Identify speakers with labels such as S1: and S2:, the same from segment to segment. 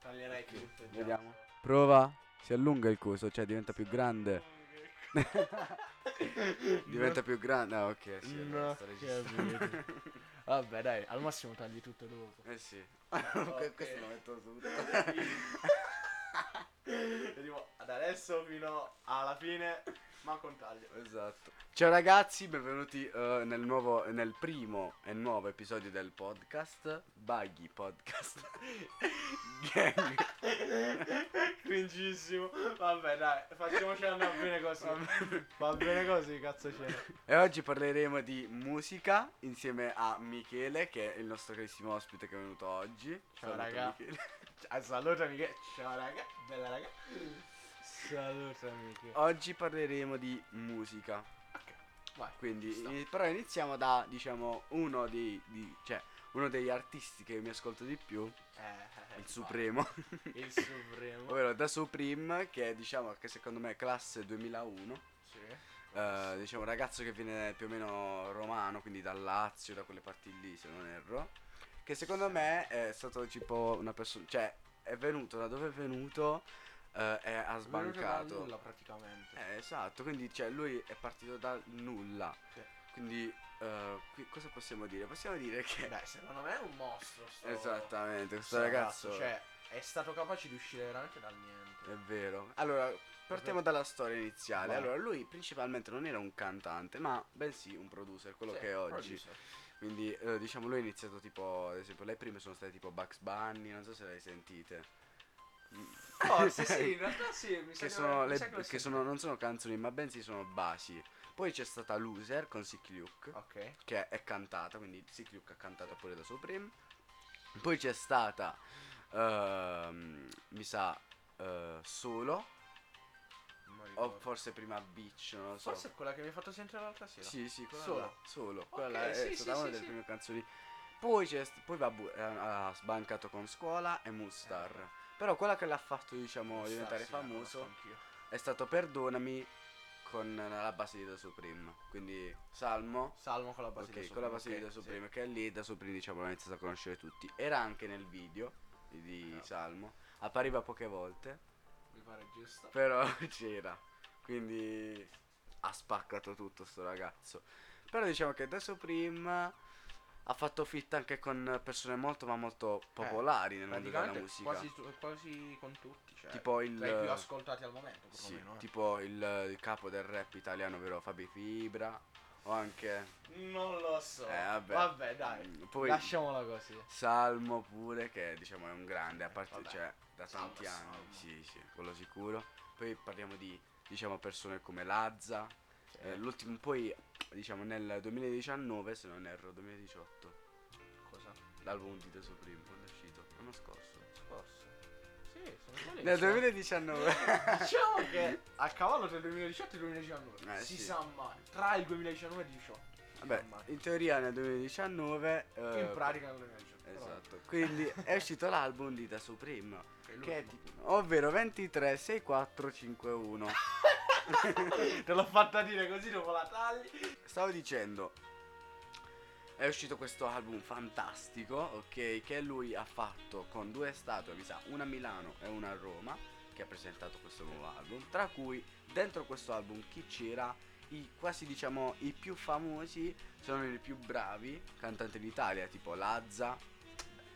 S1: tornerai più. soggiamo.
S2: Vediamo. Prova. Si allunga il coso, cioè diventa più grande. diventa più grande. Ah, ok, sì. allora
S3: No,
S2: sta registrando.
S3: capito. Vabbè, dai, al massimo tagli tutto dopo.
S2: eh sì. Que- Questo lo metto tutto.
S1: Vediamo da adesso fino alla fine, ma con taglio.
S2: Esatto. Ciao ragazzi, benvenuti eh, nel nuovo nel primo e nuovo episodio del podcast Buggy Podcast Gang.
S1: Cringissimo. Vabbè, dai, facciamoci andare bene così. Va bene così, cazzo c'è.
S2: E oggi parleremo di musica insieme a Michele, che è il nostro carissimo ospite che è venuto oggi.
S1: Ciao,
S2: Saluta
S1: raga.
S2: Michele. Cioè,
S1: Ah, Salutami che ciao raga, bella raga. Salutami che
S2: Oggi parleremo di musica.
S1: vai.
S2: Quindi,
S1: Ci sta.
S2: eh, però iniziamo da, diciamo, uno dei, di- cioè, uno degli artisti che mi ascolto di più,
S1: Eh,
S2: il Supremo,
S1: vai. Il Supremo.
S2: ovvero Da Supreme, che è, diciamo, che secondo me è classe 2001,
S1: Sì.
S2: eh, diciamo, un ragazzo che viene più o meno romano, quindi dal Lazio, da quelle parti lì, se non erro, che secondo me è stato tipo una persona, cioè, è venuto da dove è venuto eh, e ha
S1: Non
S2: sbancato.
S1: nulla praticamente.
S2: Eh, esatto, quindi cioè, lui è partito dal nulla.
S1: Sì.
S2: Quindi eh, qui- cosa possiamo dire? Possiamo dire che...
S1: Beh, secondo me è un mostro sto
S2: Esattamente, questo
S1: sto
S2: Esatto. ragazzo...
S1: cioè è stato capace di uscire veramente dal niente.
S2: È vero. Allora, partiamo dalla storia iniziale.
S1: Vai.
S2: Allora, lui principalmente non era un cantante, ma bensì un producer, quello
S1: Sì,
S2: che è oggi.
S1: producer.
S2: Quindi, eh, diciamo, lui ha iniziato tipo... Ad esempio, le prime sono state tipo Bugs Bunny, non so se le hai sentite.
S1: Forse Oh, sì, in realtà sì, mi sa
S2: Che
S1: di aver-
S2: sono,
S1: mi
S2: le-
S1: sa che l'ho
S2: che sono- non sono canzoni, ma bensì sono basi. Poi c'è stata Loser con Sick Luke.
S1: sentito. Ok.
S2: che è cantata, quindi Sick Luke ha cantato pure da Supreme. Poi c'è stata, ehm, mi sa, eh, Solo,
S1: non mi
S2: o
S1: ricordo.
S2: Oh, forse prima Beach, non lo so.
S1: Forse è quella che mi hai fatto sentire l'altra sera.
S2: Sì, sì, quella
S1: Solo.
S2: là, Solo,
S1: Ok,
S2: quella là è
S1: sì, sì,
S2: stata una
S1: sì,
S2: delle
S1: sì.
S2: prime canzoni. Poi, c'è, st- poi va bu- eh, ha sbancato con Scuola e Mustar.
S1: Eh.
S2: Però quella che l'ha fatto, diciamo,
S1: Star,
S2: diventare
S1: sì, la
S2: famoso
S1: conosco anch'io.
S2: è stato Perdonami con la base di Da Supreme. Quindi Salmo,
S1: Salmo con la base
S2: ok,
S1: di
S2: con la
S1: base
S2: passeggiata Supreme, che è lì da Supreme diciamo l'hanno iniziato a conoscere tutti. Era anche nel video di
S1: Ah.
S2: Salmo, appariva poche volte,
S1: Mi pare giusto.
S2: però c'era. Quindi ha spaccato tutto sto ragazzo. Però diciamo che da Supreme ha fatto fit anche con persone molto ma molto popolari nel mondo della
S1: Praticamente
S2: musica.
S1: quasi, tu- quasi con tutti, cioè
S2: Tipo il-
S1: tra i più ascoltati al momento,
S2: Sì,
S1: perlomeno. eh.
S2: tipo il, il capo del rap italiano, ovvero Fabi Fibra, o anche...
S1: Non lo so.
S2: Eh, vabbè.
S1: dai.
S2: Mm, Poi,
S3: Lasciamola così.
S2: Salmo pure che diciamo è un grande a parte
S1: Vabbè.
S2: cioè da
S1: Salmo
S2: tanti
S1: è
S2: anni
S1: Salmo.
S2: sì sì quello sicuro poi parliamo di diciamo persone come Lazza
S1: Cioè,
S2: eh, l'ultimo poi diciamo nel 2019 se non erro 2018
S1: cosa?
S2: l'album di The Supreme quando è uscito l'anno scorso
S1: Scorso. Sì, cioè. sono sbagliato.
S2: nel 2019
S1: Diciamo che a cavallo tra il 2018 e il 2019.
S2: Eh,
S1: si
S2: sì.
S1: sa mai. Tra il 2019 e il 2018. si
S2: vabbè
S1: sa mai.
S2: in teoria nel 2019 eh,
S1: Eh, in pratica nel 2018. però-
S2: esatto quindi è uscito l'album di The Supreme
S1: Che è
S2: che è
S1: l'ultimo.
S2: tipo ovvero 236451
S1: Te l'ho fatta dire così dopo la tagli.
S2: Stavo dicendo, è uscito questo album fantastico, ok, che lui ha fatto con due statue, mi sa, una a Milano e una a Roma, che ha presentato questo nuovo album, tra cui dentro questo album chi c'era? I quasi diciamo i più famosi, se non i più bravi cantanti d'Italia, tipo Lazza.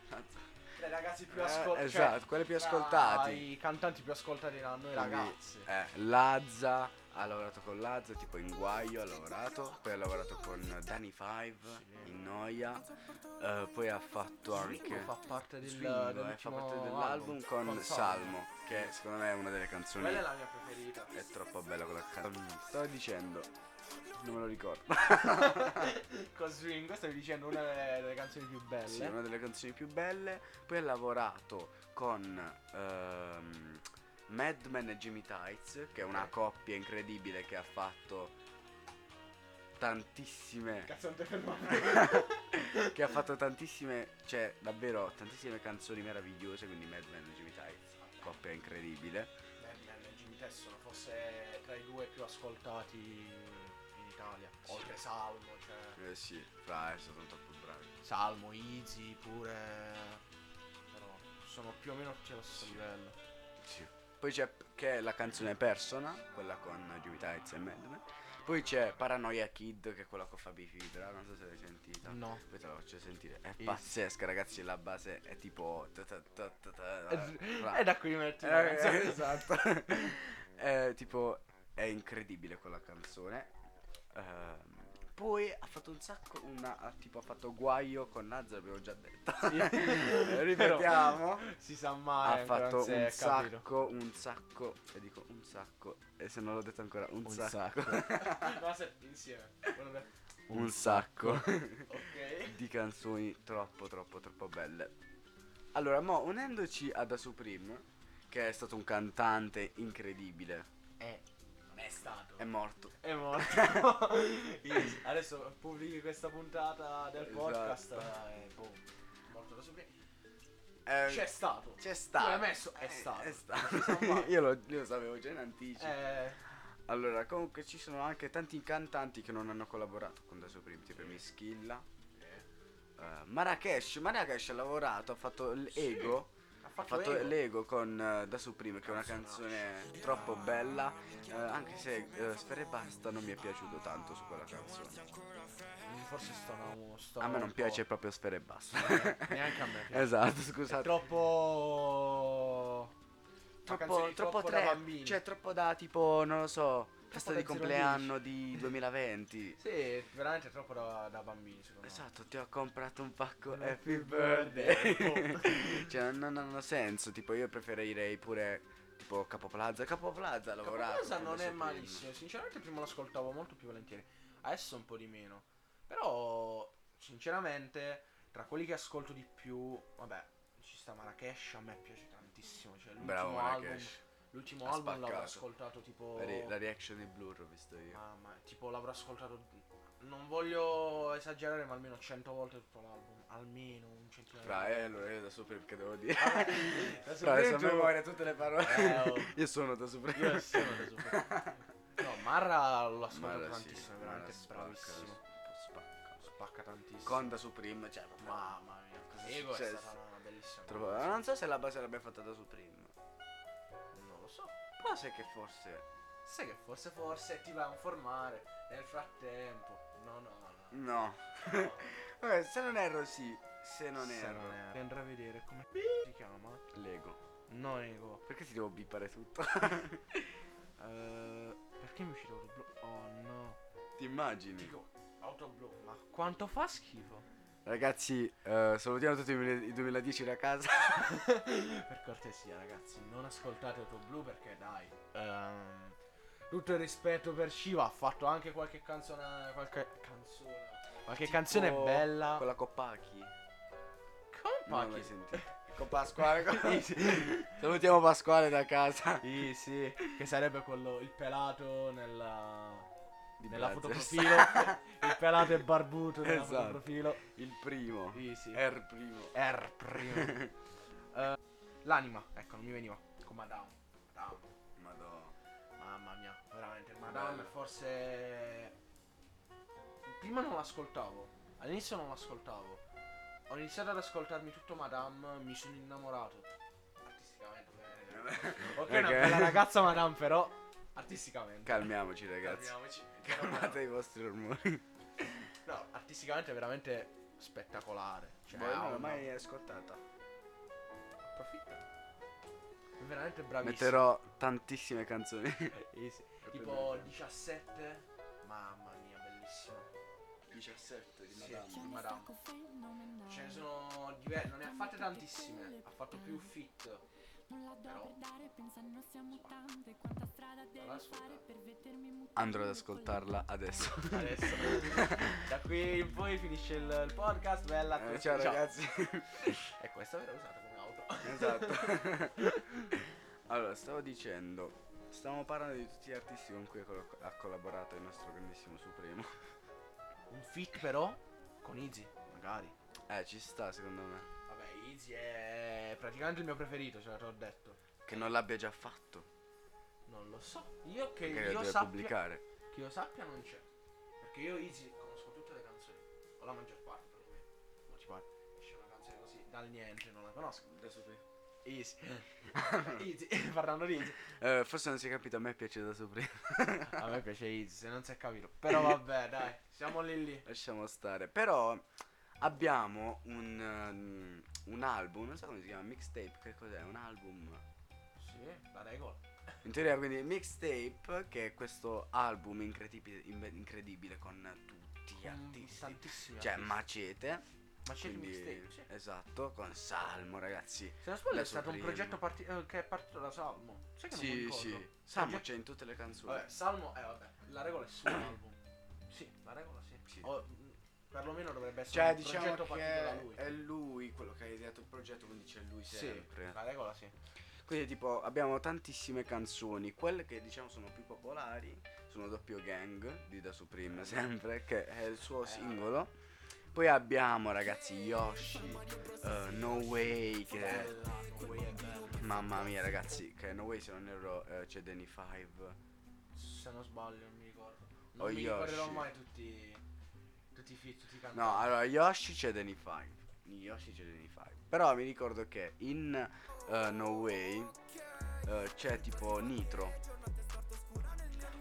S2: Lazza.
S1: Tra i ragazzi più
S2: Eh,
S1: ascoltati.
S2: esatto, quelli più ascoltati.
S1: I cantanti più ascoltati da noi
S2: Quindi,
S1: ragazzi.
S2: Eh, Lazza ha lavorato con Lazza, tipo in guaio ha lavorato, poi ha lavorato con Danny Five
S1: Sì.
S2: in noia, eh, poi ha fatto anche
S1: fa parte del,
S2: Swingo, eh, fa
S1: dell'ultimo
S2: parte dell'album con,
S1: con
S2: Salmo, che secondo me è una delle canzoni
S1: Quella è la mia preferita.
S2: è troppo bella quella canzone. Stavo dicendo, non me lo ricordo.
S1: con Swingo stavi dicendo una delle, delle canzoni più belle.
S2: Esatto. Sì, una delle canzoni più belle. Poi ha lavorato con ehm, Madman e Jimmy Tights, che è una
S1: Ok.
S2: coppia incredibile che ha fatto tantissime
S1: Cazzo non ti fermare.
S2: che ha fatto tantissime, cioè davvero tantissime canzoni meravigliose, quindi Madman e Jimmy Tights, coppia incredibile.
S1: Madman e Jimmy Tess sono forse tra i due più ascoltati in Italia.
S2: Sì.
S1: Oltre Salmo, cioè.
S2: Eh sì, fra, sono troppo bravi.
S1: Salmo, Easy pure. Però sono più o meno allo stesso
S2: Sì.
S1: livello.
S2: Sì. Poi c'è p- che è la canzone Persona, quella con Jimmy Tights e Madman. Poi c'è Paranoia Kid, che è quella con Fabi Fibra, non so se l'hai sentita.
S3: No.
S2: Poi te la faccio sentire. È
S3: Mm. Sì.
S2: pazzesca, ragazzi, la base è tipo... ta ta ta ta ta, ra-
S3: È da qui metti la
S2: eh,
S3: canzone.
S2: esatto. Eh, tipo, è incredibile quella canzone. Ehm, poi ha fatto un sacco, una, ha tipo ha fatto guaio con Nazza, l'abbiamo già detto. Eh,
S3: Sì.
S2: Ripetiamo.
S1: Si sa mai.
S2: Ha
S1: ancora non
S2: fatto
S1: si è
S2: un
S1: capito.
S2: sacco, un sacco, e dico un sacco, e se non l'ho detto ancora, un,
S3: Un
S2: sacco,
S1: No, se- insieme. Vabbè.
S2: un sacco
S1: Ok.
S2: di canzoni troppo, troppo, troppo belle. Allora, mo, unendoci ad Da Supreme, che è stato un cantante incredibile,
S1: Eh, non è stato.
S2: è morto.
S1: È morto. Is- Adesso pubblichi questa puntata del
S2: Esatto.
S1: podcast. eh, boh, morto da sopra.
S2: Eh,
S1: C'è stato.
S2: c'è stato.
S1: l'hai messo? È
S2: Eh,
S1: stato.
S2: è
S1: Non si sa mai.
S2: io, lo, io lo sapevo già in anticipo.
S1: Eh,
S2: Allora, comunque ci sono anche tanti cantanti che non hanno collaborato con Da Supreme, tipo Mischilla. Eh, Marrakesh, Marrakesh ha lavorato, ha fatto
S1: Sì,
S2: l'ego,
S1: ha
S2: ha
S1: fatto,
S2: fatto
S1: ego.
S2: l'ego con eh, Da Supreme che è una canzone troppo bella, eh, anche se eh, Sfere e Basta non mi è piaciuto tanto su quella canzone.
S1: Eh, Forse stanno, stanno
S2: A me
S1: un
S2: non
S1: po'.
S2: piace proprio Sfere e Basta.
S1: Eh, Neanche a me piace.
S2: Esatto,
S1: È
S2: scusate.
S1: troppo. Una
S2: troppo,
S1: canzone
S2: troppo,
S1: da
S2: trap,
S1: bambini.
S2: cioè troppo da tipo, non lo so, festa
S3: da
S2: di
S3: zero
S2: compleanno di 2020.
S1: Sì, veramente troppo da, da bambini, secondo me.
S2: Esatto, ti ho comprato un pacco
S1: Happy
S2: Happy
S1: birthday.
S2: Birthday. cioè, non, non hanno senso, tipo io preferirei pure tipo Capoplaza, Capoplaza ha lavorato.
S1: Capoplaza
S2: con
S1: non
S2: questo
S1: è
S2: film.
S1: malissimo. Sinceramente, prima l'ascoltavo molto più volentieri. Adesso un po' di meno. Però, sinceramente, tra quelli che ascolto di più, vabbè, ci sta Marrakesh. A me piace tantissimo. Cioè, l'ultimo
S2: Bravo
S1: album,
S2: Marrakesh.
S1: l'ultimo
S2: Ha
S1: album l'avrò
S2: spaccato.
S1: ascoltato tipo.
S2: La, re- la reaction di Blur ho visto io.
S1: Mamma, tipo l'avrò ascoltato. Non voglio esagerare, ma almeno 100 volte tutto l'album. Almeno un centinaio.
S2: Fra,
S1: di
S2: eh, allora io da Supreme che devo dire.
S1: Ah, eh, Da
S2: Fra,
S1: Supreme
S2: adesso a
S1: tu-
S2: memoria tutte le parole.
S1: Eh, oh.
S2: Io sono da Supreme.
S1: Io sono da Supreme. No, Marra lo ascolto
S2: Mara sì,
S1: tantissimo, è
S2: Mara
S1: veramente
S2: spacca,
S1: bravissimo.
S2: Spacca.
S1: Spacca tantissimo.
S2: Conda Supreme, cioè, proprio-
S1: Mamma mia,
S2: Cosa è
S1: Ego è
S2: successo?
S1: stata una bellissima.
S2: Troppo-
S1: cosa.
S2: Non so se la base l'abbia fatta da Supreme.
S1: Non lo so.
S2: Però sai che forse.
S1: Sai che forse forse ti vai a informare nel frattempo. No, no, no.
S2: No.
S1: no.
S2: Vabbè, se non erro, sì. Se non
S1: Se
S2: erro.
S1: non erro. Ti andrà a vedere come si chiama.
S2: Lego.
S1: No, Ego.
S2: Perché ti devo bippare tutto?
S1: Eh, perché mi è uscito Autoblow? Oh no.
S2: ti immagini?
S1: Dico, Autoblow, ma quanto fa schifo?
S2: Ragazzi, eh, salutiamo tutti i duemila- i 2010 da casa.
S1: per cortesia ragazzi non ascoltate Auto Blu perché dai ehm, tutto il rispetto per Shiva ha fatto anche qualche canzone qualche canzone qualche canzone
S2: Tipo
S1: bella
S2: Quella con Pachi.
S1: Con
S2: Non l'hai
S1: Pachi
S2: sentita. Con Pasquale. con-
S1: Sì.
S2: salutiamo Pasquale da casa.
S1: sì, sì, che sarebbe quello il pelato nella
S2: Di
S1: nella
S2: Blazers.
S1: fotoprofilo il pelato e barbuto nella
S2: Esatto. Eh.
S1: fotoprofilo
S2: Il primo.
S1: sì, sì.
S2: R primo.
S1: R primo Eh, l'anima ecco non mi veniva con Madame Madame
S2: Madonna.
S1: Mamma mia, veramente. Madame, forse. Prima non l'ascoltavo. All'inizio non l'ascoltavo. Ho iniziato ad ascoltarmi tutto Madame, mi sono innamorato. Artisticamente. ovviamente. Ok, una
S2: Ok.
S1: bella ragazza Madame, però. Artisticamente.
S2: Calmiamoci, ragazzi.
S1: Calmiamoci.
S2: Calmate i vostri ormoni.
S1: No, artisticamente è veramente spettacolare. Cioè,
S2: Boh, io
S1: ha
S2: non l'ho
S1: una-
S2: mai ascoltata.
S1: Approfitta. È veramente bravissimo.
S2: Metterò tantissime canzoni.
S1: Eh, sì. Tipo 17. Mamma mia, bellissimo.
S2: 17
S1: di Madame. Madame. Ce ne sono diverse, non ne ha fatte tantissime, ha fatto più fit. Però Allora, ascolta.
S2: Andrò ad ascoltarla adesso.
S1: Adesso Da qui in poi finisce il, il podcast, bella
S2: Eh, ciao ragazzi.
S1: E questa verrà usata come auto.
S2: esatto. allora, stavo dicendo, stavamo parlando di tutti gli artisti con cui ha col- ha collaborato il nostro grandissimo Supremo.
S1: Un fit però con Easy, magari.
S2: Eh, ci sta secondo me.
S1: Vabbè, Easy è praticamente il mio preferito, ce l'ho detto.
S2: Che non l'abbia già fatto.
S1: Non lo so. Io che
S2: Magari lo
S1: io
S2: deve
S1: sappia,
S2: pubblicare.
S1: che io sappia non c'è. Perché io Easy conosco tutte le canzoni, o la maggior parte perlomeno. Ma ci pare. Esce una canzone così dal niente, non la conosco.
S2: Da Supremo.
S1: Easy. Easy. Parlando di Easy.
S2: Eh, forse non si è capito, a me piace da sopra.
S1: A me piace Easy, se non si è capito. Però vabbè, dai. Siamo lì lì.
S2: Lasciamo stare. Però abbiamo un, ehm, un album, non so come si chiama, mixtape, che cos'è? Un album.
S1: Sì, la regola.
S2: In teoria quindi mixtape, che è questo album incredibile, inve- incredibile con tutti gli
S1: Mm,
S2: artisti.
S1: Tantissimi.
S2: Cioè
S1: artisti.
S2: Macete.
S1: Ma c'è il
S2: quindi-
S1: mixtape, sì.
S2: Esatto, con Salmo ragazzi.
S1: Se non sbaglio
S2: la
S1: è stato un
S2: Supreme.
S1: progetto parti- eh, che è partito da Salmo. Sai che non mi
S2: Sì,
S1: ricordo?
S2: sì. Salmo
S1: Progetto-
S2: c'è in tutte le canzoni.
S1: Vabbè, Salmo, eh vabbè, la regola è sull'album. Sì, la regola sì.
S2: Sì.
S1: O, mh, perlomeno dovrebbe essere
S2: Cioè,
S1: un
S2: diciamo
S1: progetto partito da
S2: che
S1: lui.
S2: è lui quello che ha ideato il progetto, quindi c'è lui
S1: Sì,
S2: sempre.
S1: la regola sì.
S2: Quindi tipo abbiamo tantissime canzoni, quelle che diciamo sono più popolari sono Doppio Gang di Da Supreme sempre, che è il suo singolo. Poi abbiamo ragazzi Yoshi, eh, No Way, che è-
S1: Bella, no way è bella.
S2: mamma mia ragazzi, che No Way se non erro eh, c'è Danny 5.
S1: Se non sbaglio non mi ricordo.
S2: O
S1: Non mi
S2: Yoshi.
S1: ricorderò mai tutti tutti i fit, tutti i cantanti.
S2: No, allora Yoshi c'è Danny 5. In Yoshi c'è Danny 5. Però mi ricordo che in eh, No Way eh, c'è tipo Nitro.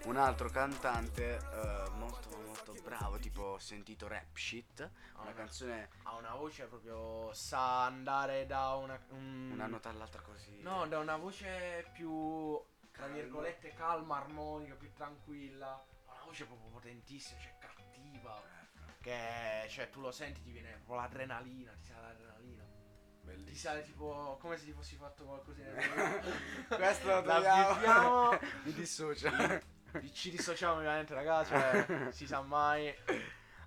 S2: Un altro cantante eh, molto molto bravo, tipo ho sentito Rap Shit,
S1: ha,
S2: una
S1: una,
S2: canzone
S1: ha una voce proprio sa andare da una un-
S2: una nota all'altra così.
S1: Mm. No, da una voce più tra
S2: Calma.
S1: virgolette calma, armonica, più tranquilla. Ha una voce proprio potentissima, cioè cattiva. Che cioè tu lo senti, ti viene proprio l'adrenalina, ti sale l'adrenalina. Ti
S2: Bellissimo.
S1: sale tipo come se ti fossi fatto qualcosa in
S2: Questo lo
S1: La
S2: togliamo.
S1: bippiamo.
S2: Mi dissocia.
S1: Ci dissociamo ovviamente ragazzi, cioè, si sa mai.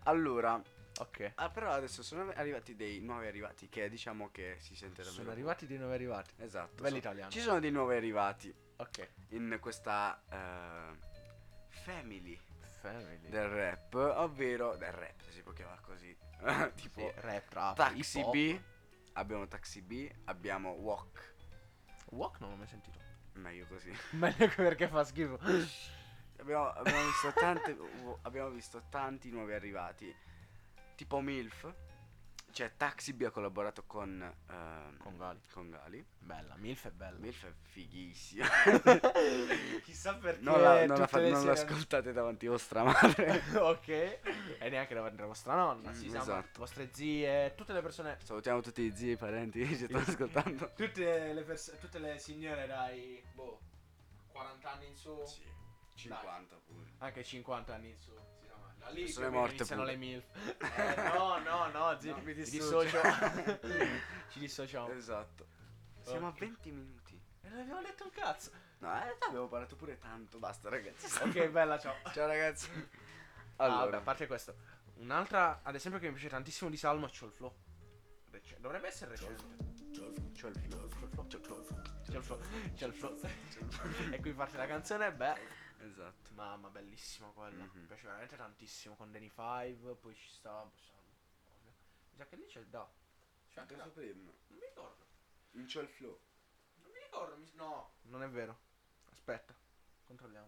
S2: allora,
S1: Ok.
S2: ah, però adesso sono arrivati dei nuovi arrivati che diciamo che si sente davvero.
S1: Sono arrivati dei nuovi arrivati.
S2: Esatto.
S1: Belli
S2: so-
S1: italiani.
S2: Ci sono dei nuovi arrivati.
S1: Ok.
S2: in questa eh, family
S1: Family.
S2: del rap, ovvero del rap, se si può chiamare così, tipo
S1: Sì, eh, rap, trap,
S2: Taxi
S1: hip hop.
S2: B, abbiamo Taxi B, abbiamo Walk,
S1: Walk non l'ho mai sentito.
S2: meglio così.
S1: Meglio che perché fa schifo.
S2: Abbiamo, abbiamo visto tante, u- abbiamo visto tanti nuovi arrivati, tipo MILF, cioè Taxi B ha collaborato con, ehm,
S1: Con Gali.
S2: con Gali.
S1: Bella, MILF è bella.
S2: MILF è fighissimo.
S1: Chissà perché
S2: Non, la, non, la fa-
S1: tutte le
S2: non
S1: sere-
S2: l'ascoltate davanti a vostra madre.
S1: ok. E neanche davanti alla vostra nonna,
S2: Mm,
S1: si sa, ma
S2: esatto.
S1: vostre zie, tutte le persone
S2: Salutiamo tutti i zii e i parenti che ci stanno ascoltando.
S1: Tutte le persone, tutte le signore dai, boh, 40 anni in su,
S2: Sì, 50 pure.
S1: anche 50 anni in su, si sa mai. Da lì
S2: Sono
S1: più o meno
S2: morte
S1: iniziano
S2: pure.
S1: le MILF. Eh, no, no, no, zio,
S2: No, mi
S1: mi dissocio.
S2: dissocio.
S1: Ci dissociamo.
S2: Esatto. Siamo a 20 minuti.
S1: E non abbiamo detto un cazzo.
S2: No, in realtà abbiamo parlato pure tanto. Basta, ragazzi.
S1: Ok, bella, ciao.
S2: Ciao, ragazzi.
S1: Ah, vabbè,
S2: Allora,
S1: a parte questo. Un'altra, ad esempio, che mi piace tantissimo di Salmo è Chol Flow. Rec- Dovrebbe essere recente.
S2: c'ho il flow.
S1: C'è il flow, c'è il flow. e qui parte la canzone, beh.
S2: Esatto.
S1: Mamma, bellissimo quello.
S2: Mhm.
S1: Mi piace veramente tantissimo con Danny 5. Poi ci sta. possiamo- Mi sa che lì c'è il da. C'è anche da. Non mi ricordo.
S2: Non c'ho il flow.
S1: Non mi ricordo. mi- No. Non è vero. Aspetta. Controlliamo.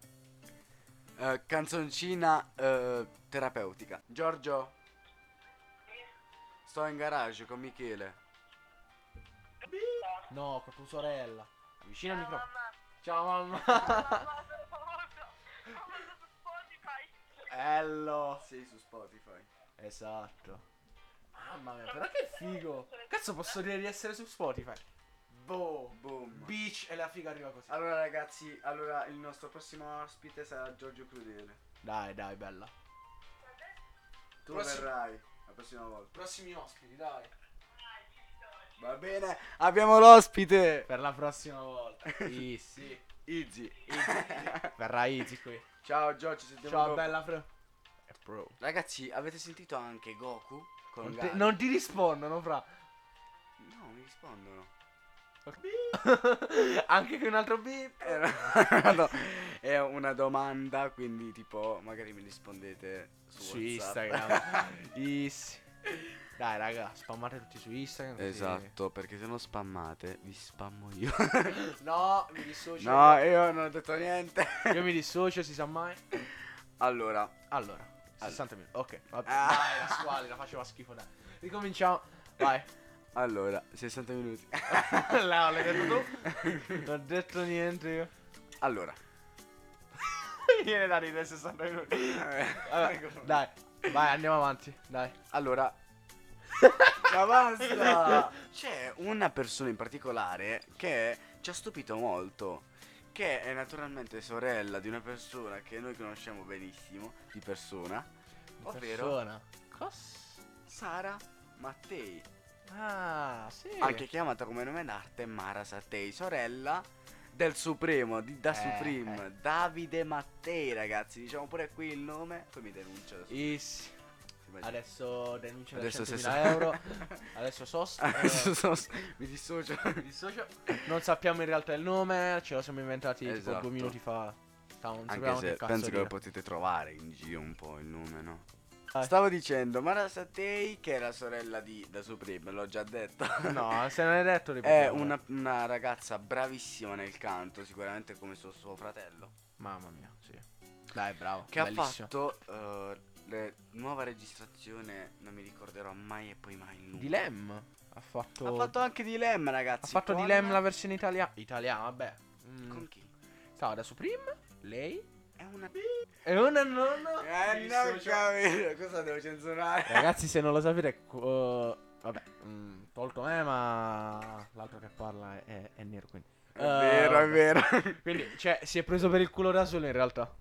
S2: Eh, canzoncina eh, terapeutica. Giorgio. Sto in garage con Michele.
S1: No, con tua sorella. Avvicina il microfono.
S4: mamma,
S1: Ciao mamma.
S4: mamma, sono famoso. Sono famoso su Spotify.
S1: Bello.
S2: Sei su Spotify.
S1: Esatto. Mamma mia, però che figo! Cazzo posso dire di essere su Spotify? Boh!
S2: Boom.
S1: Beach e la figa arriva così.
S2: Allora ragazzi, allora il nostro prossimo ospite sarà Giorgio Crudele.
S1: Dai, dai, bella.
S2: Tu
S1: Prossi-
S2: verrai la prossima volta.
S1: Prossimi ospiti, dai.
S2: Va bene, abbiamo l'ospite.
S1: Per la prossima volta. sì, sì.
S2: Izzy.
S1: Verrà Easy qui.
S2: Ciao Giorgio, ci sentiamo
S1: Ciao,
S2: dopo.
S1: bella Fro. È pro.
S2: Ragazzi, avete sentito anche Goku con
S1: Non
S2: Gali?
S1: ti, non ti rispondono, fra.
S2: No, mi rispondono.
S1: Anche qui un altro beep.
S2: Era- no, è una domanda, quindi tipo magari mi rispondete su,
S1: Su
S2: WhatsApp.
S1: Instagram. Easy. Dai, raga, spammate tutti su Instagram. così-
S2: Esatto, perché se non spammate vi spammo io.
S1: No, eh. mi dissocio.
S2: No, io non ho detto niente.
S1: Io mi dissocio, si sa mai.
S2: Allora,
S1: Allora, 60 minuti. Ok, vabbè.
S2: Ah.
S1: Dai, la squali, la faceva schifo, dai. Ricominciamo. Vai.
S2: Allora, 60 minuti.
S1: Là, l'hai detto tu? Non ho detto niente io.
S2: Allora,
S1: Viene da ridere 60 minuti.
S2: Vabbè,
S1: dai, vai, andiamo avanti. Dai.
S2: allora. Ma basta! C'è una persona in particolare che ci ha stupito molto. Che è naturalmente sorella di una persona che noi conosciamo benissimo, di persona, ovvero
S1: Persona. Cos?
S2: Sara Mattei.
S1: Ah, sì.
S2: Anche chiamata come nome d'arte Mara Sattei, sorella del Supremo, di Da
S1: Eh,
S2: Supreme,
S1: eh.
S2: Davide Mattei, ragazzi. Diciamo pure qui il nome, poi mi denuncia. adesso.
S1: Is.
S2: Si immagina.
S1: Adesso denuncia da
S2: Adesso
S1: 100.000
S2: se-
S1: euro. Adesso sos.
S2: Adesso
S1: eh,
S2: sono- mi dissocio.
S1: dissocio. Non sappiamo in realtà il nome. Ce lo siamo inventati tipo
S2: Esatto.
S1: due minuti fa. Stavo, non
S2: Anche
S1: sapevamo
S2: se
S1: che cazzo
S2: penso che lo
S1: dire.
S2: potete trovare in giro un po' il nome, no?
S1: Eh.
S2: Stavo dicendo, Mara Sattei, che è la sorella di Da Supreme, l'ho già detto.
S1: No, se non hai detto
S2: È
S1: ripetiamo.
S2: una, una ragazza bravissima nel canto, sicuramente come suo, suo fratello.
S1: Mamma mia, sì. Dai, bravo.
S2: Che ha
S1: bellissimo.
S2: fatto eh, le- nuova registrazione, non mi ricorderò mai e poi mai il numero.
S1: Dilem. Ha fatto.
S2: Ha fatto anche Dilem, ragazzi.
S1: ha fatto
S2: con-
S1: Dilem la versione italiana. Italiana, vabbè. Mm.
S2: Con chi?
S1: Stava da Supreme. Lei.
S2: È una...
S1: E una nonna.
S2: Eh, no, capito, cosa devo censurare?
S1: Ragazzi, se non lo sapete, qu- eh, vabbè, mm, tolto me, ma l'altro che parla è, è- è nero. Quindi.
S2: È
S1: Eh,
S2: vero, è
S1: vabbè.
S2: vero.
S1: Quindi, cioè, si è preso per il culo da solo in realtà.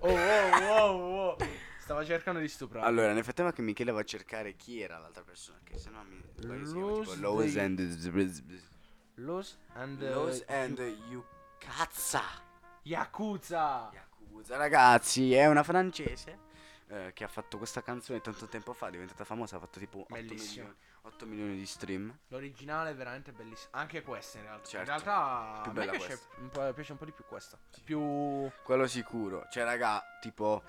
S1: Oh, oh, oh, oh. Stava cercando di stuprare.
S2: Allora, nel frattempo che Michele va a cercare chi era l'altra persona, che sennò mi... lo rischiamo, tipo,
S1: Lose
S2: Lose
S1: the-
S2: and...
S1: Los and. eh,
S2: Lose and...
S1: Yu-
S2: You... Cazza!
S1: Yakuza.
S2: Yakuza, ragazzi, è una francese eh, che ha fatto questa canzone tanto tempo fa, è diventata famosa, ha fatto tipo 8
S1: Bellissimo.
S2: milioni, 8 milioni di stream.
S1: L'originale è veramente bellissimo. Anche questa in realtà. In
S2: Certo.
S1: realtà
S2: Più
S1: a me
S2: bella
S1: piace un, po', piace un po' di più questa. Più.
S2: Quello sicuro. Cioè, raga, tipo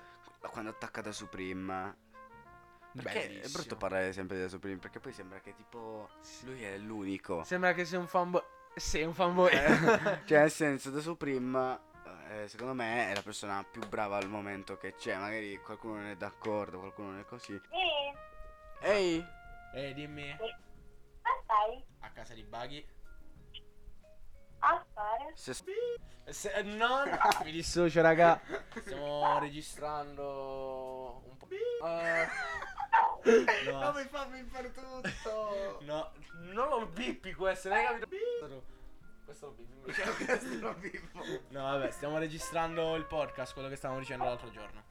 S2: quando attacca da Supreme perché è
S1: bellissimo.
S2: brutto parlare sempre da Supreme perché poi sembra che tipo lui è l'unico.
S1: Sembra che sei un fanboy. Sei un fanboy.
S2: Eh, cioè, nel senso, da Supreme eh, secondo me è la persona più brava al momento che c'è. Magari qualcuno non è d'accordo, qualcuno non è così.
S4: Eh,
S2: Ehi,
S1: Eh, dimmi.
S4: ma stai
S1: A casa di Buggy.
S4: a fare?
S2: se
S1: Se, eh, no, no. Mi dissocio, raga. Stiamo registrando un po'. Eh, no,
S2: No, mi fa per tutto.
S1: no, non lo bippi questo, non hai capito? Questo lo bippi invece.
S2: questo lo vivo.
S1: No, vabbè, stiamo registrando il podcast, quello che stavamo dicendo l'altro giorno.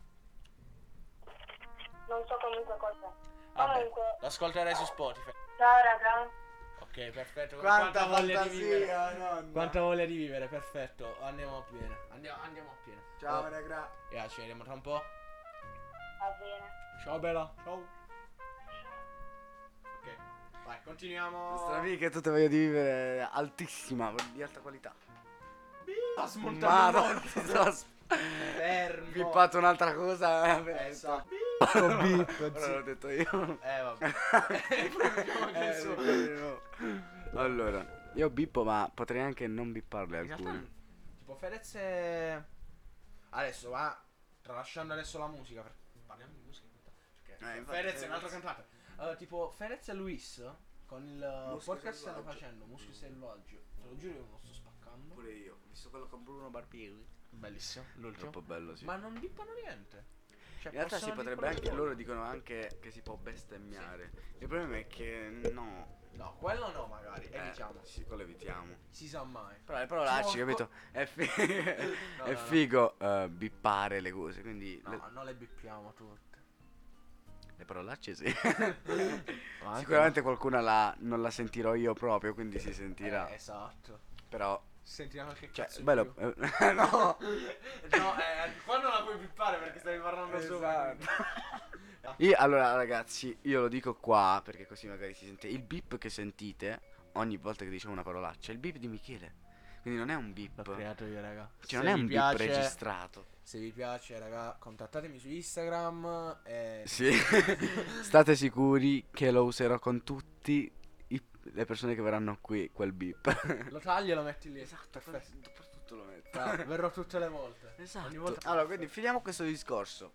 S4: Non so comunque cos'è.
S1: Vabbè,
S4: Comunque.
S1: lo ascolterai su Spotify.
S4: Ciao raga.
S1: Ok, perfetto.
S2: Quanta
S1: voglia di vivere.
S2: fantasia, nonna.
S1: Quanta voglia di vivere, perfetto. Andiamo a pieno. Andiamo, andiamo a pieno.
S2: Ciao,
S1: Oh,
S2: raga.
S1: yeah, ci vediamo tra un po'.
S4: Va bene.
S1: Ciao bella, ciao. Ok, vai, continuiamo.
S2: Nostra amica è tutta voglia di vivere altissima, di alta qualità.
S1: Sta
S2: Madonna, sono s-
S1: Fermo.
S2: pippato un'altra cosa.
S1: Eh,
S2: Eh,
S1: sa.
S2: Ora
S1: bip,
S2: l'ho detto io.
S1: Eh, vabbè. Diciamo che
S2: Eh,
S1: su-
S2: vero. Allora, io bippo, ma potrei anche non bipparle
S1: In realtà,
S2: alcune.
S1: tipo Fedez è... Adesso va, tralasciando adesso la musica, perché parliamo di musica. in realtà.
S2: Eh,
S1: Cioè,
S2: infatti,
S1: Fedez è un altro
S2: Fedez.
S1: cantante. Allora, tipo Fedez e Luis, con il
S2: Muschio
S1: podcast che stanno
S2: selvaggio.
S1: facendo, Muschio Selvaggio, te lo giuro che me lo sto spaccando.
S2: Pure io, visto quello con Bruno Barbieri.
S1: Bellissimo, l'ultimo.
S2: Troppo bello, sì.
S1: Ma non dicono niente. Cioè,
S2: In realtà si
S1: possono
S2: potrebbe
S1: dire
S2: anche,
S1: quello
S2: loro dicono anche che si può bestemmiare. Il problema è che
S1: che
S2: no.
S1: vogliono. No, quello no magari,
S2: Eh,
S1: evitiamo.
S2: Sì, quello evitiamo.
S1: Si sa mai.
S2: Però le parolacce,
S1: Porco.
S2: capito? È, fi- è
S1: no, no.
S2: figo eh, bippare le cose, quindi
S1: No,
S2: le,
S1: non le bippiamo tutte.
S2: le parolacce sì. Sicuramente qualcuna la, non la sentirò io proprio, quindi si sentirà.
S1: Eh, esatto.
S2: Però,
S1: Sentiamo che
S2: cioè,
S1: cazzo di
S2: bello...
S1: più.
S2: eh, no!
S1: No, eh, qua non la puoi pippare perché stavi parlando sopra.
S2: Io- allora ragazzi, io lo dico qua perché così magari si sente il beep che sentite ogni volta che diciamo una parolaccia, è il beep di Michele. Quindi non è un beep.
S1: L'ho creato io, raga.
S2: Cioè, non è un beep registrato.
S1: Se vi piace, raga, contattatemi su Instagram. eh. E...
S2: Sì. State sicuri che lo userò con tutti i- le persone che verranno qui quel beep.
S1: Lo taglio e lo metti lì.
S2: Esatto,
S1: esatto, perfetto.
S2: per tutto lo metto.
S1: Dai, verrò tutte le volte. Ogni
S2: Esatto.
S1: volta-
S2: Allora, quindi finiamo questo discorso.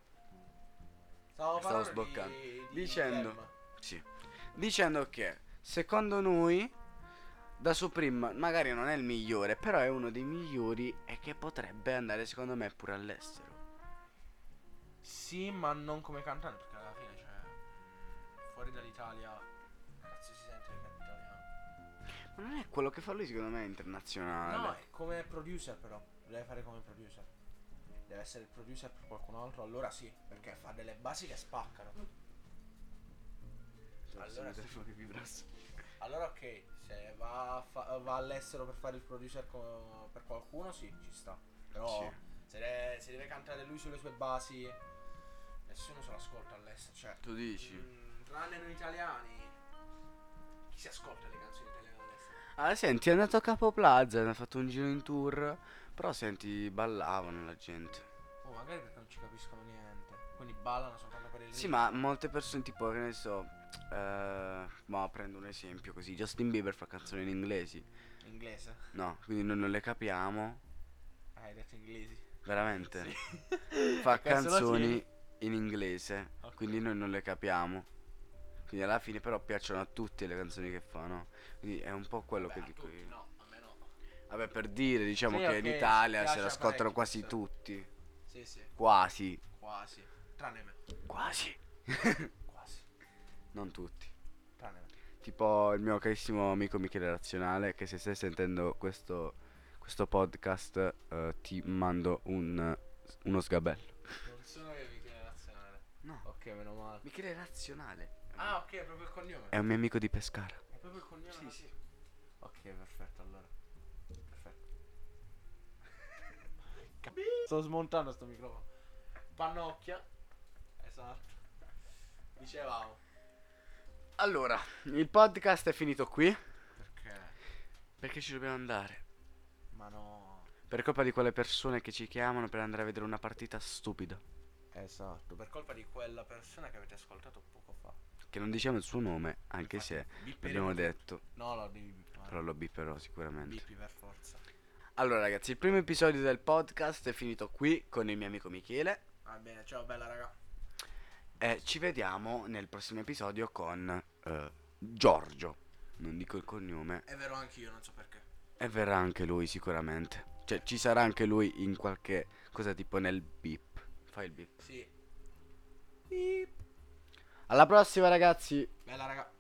S1: Stavo
S2: Stavo
S1: parlando di-
S2: sboccando.
S1: di
S2: Dicendo.
S1: Telma.
S2: Sì. Dicendo che Secondo noi, da Supreme magari non è il migliore, però è uno dei migliori e che potrebbe andare secondo me pure all'estero.
S1: Sì, ma non come cantante, perché alla fine, cioè, fuori dall'Italia, cazzo si sente che canta italiano.
S2: Ma non è quello che fa lui secondo me è internazionale.
S1: No, è come producer però, lo deve fare come producer. Deve essere il producer per qualcun altro, allora sì, perché fa delle basi che spaccano. allora
S2: Allora,
S1: sì.
S2: telefono che vibrasse.
S1: Allora ok, se va, a fa- va all'estero per fare il producer co- per qualcuno, sì, ci sta. Però
S2: Sì.
S1: se, de- se deve cantare lui sulle sue basi, nessuno se lo ascolta all'estero, cioè...
S2: Tu dici?
S1: Mm, tranne noi italiani chi si ascolta le canzoni italiane all'estero
S2: Ah, senti, è andato a Capo Plaza, ha fatto un giro in tour. Però senti, ballavano la gente.
S1: oh magari perché non ci capiscono niente quindi ballano soltanto per il
S2: Sì,
S1: ritmo.
S2: ma molte persone, tipo, che ne so, eh, ma prendo un esempio così, Justin Bieber fa canzoni in inglesi,
S1: inglese
S2: no, quindi noi non le capiamo,
S1: ah, hai detto inglesi
S2: veramente,
S1: Sì. Eh,
S2: fa
S1: Cazzo lo
S2: canzoni
S1: tieni?
S2: in inglese,
S1: Ok.
S2: quindi noi non le capiamo, quindi alla fine però piacciono a tutti le canzoni che fa, no? Quindi è un po' quello
S1: Vabbè, a
S2: che dico
S1: tutti,
S2: io.
S1: no a me no
S2: Vabbè, per dire, diciamo
S1: Sì,
S2: che in
S1: ok,
S2: Italia se
S1: piace
S2: la
S1: a
S2: ascoltano
S1: parecchi,
S2: quasi
S1: sì.
S2: tutti,
S1: sì sì
S2: quasi,
S1: quasi tranne me
S2: quasi,
S1: quasi
S2: non tutti.
S1: tranne me
S2: tipo il mio carissimo amico Michele Razionale che se stai sentendo questo, questo podcast eh, ti mando un, uno sgabello.
S1: non sono io Michele Nazionale
S2: No.
S1: ok meno male
S2: Michele Razionale
S1: ah ok è proprio il cognome
S2: è un mio amico di Pescara.
S1: è proprio il cognome
S2: Sì,
S1: no?
S2: sì.
S1: ok perfetto allora perfetto sto smontando sto microfono pannocchia esatto dicevamo
S2: Allora, il podcast è finito qui
S1: perché
S2: perché ci dobbiamo andare.
S1: ma no
S2: Per colpa di quelle persone che ci chiamano per andare a vedere una partita stupida.
S1: esatto per colpa di quella persona che avete ascoltato poco fa
S2: Che non diciamo il suo nome, anche se
S1: Infatti, bipperemo
S2: l'abbiamo
S1: tutto.
S2: detto.
S1: no lo devi bippare
S2: Però lo bipperò sicuramente.
S1: bippi per forza
S2: Allora ragazzi, il primo episodio del podcast è finito qui con il mio amico Michele.
S1: va bene ciao bella raga
S2: E ci vediamo nel prossimo episodio con eh, Giorgio. Non dico il cognome.
S1: è vero anch'io non so perché
S2: E verrà anche lui sicuramente. Cioè, ci sarà anche lui in qualche cosa tipo nel beep. Fai il beep.
S1: sì
S2: Alla prossima, ragazzi!
S1: bella raga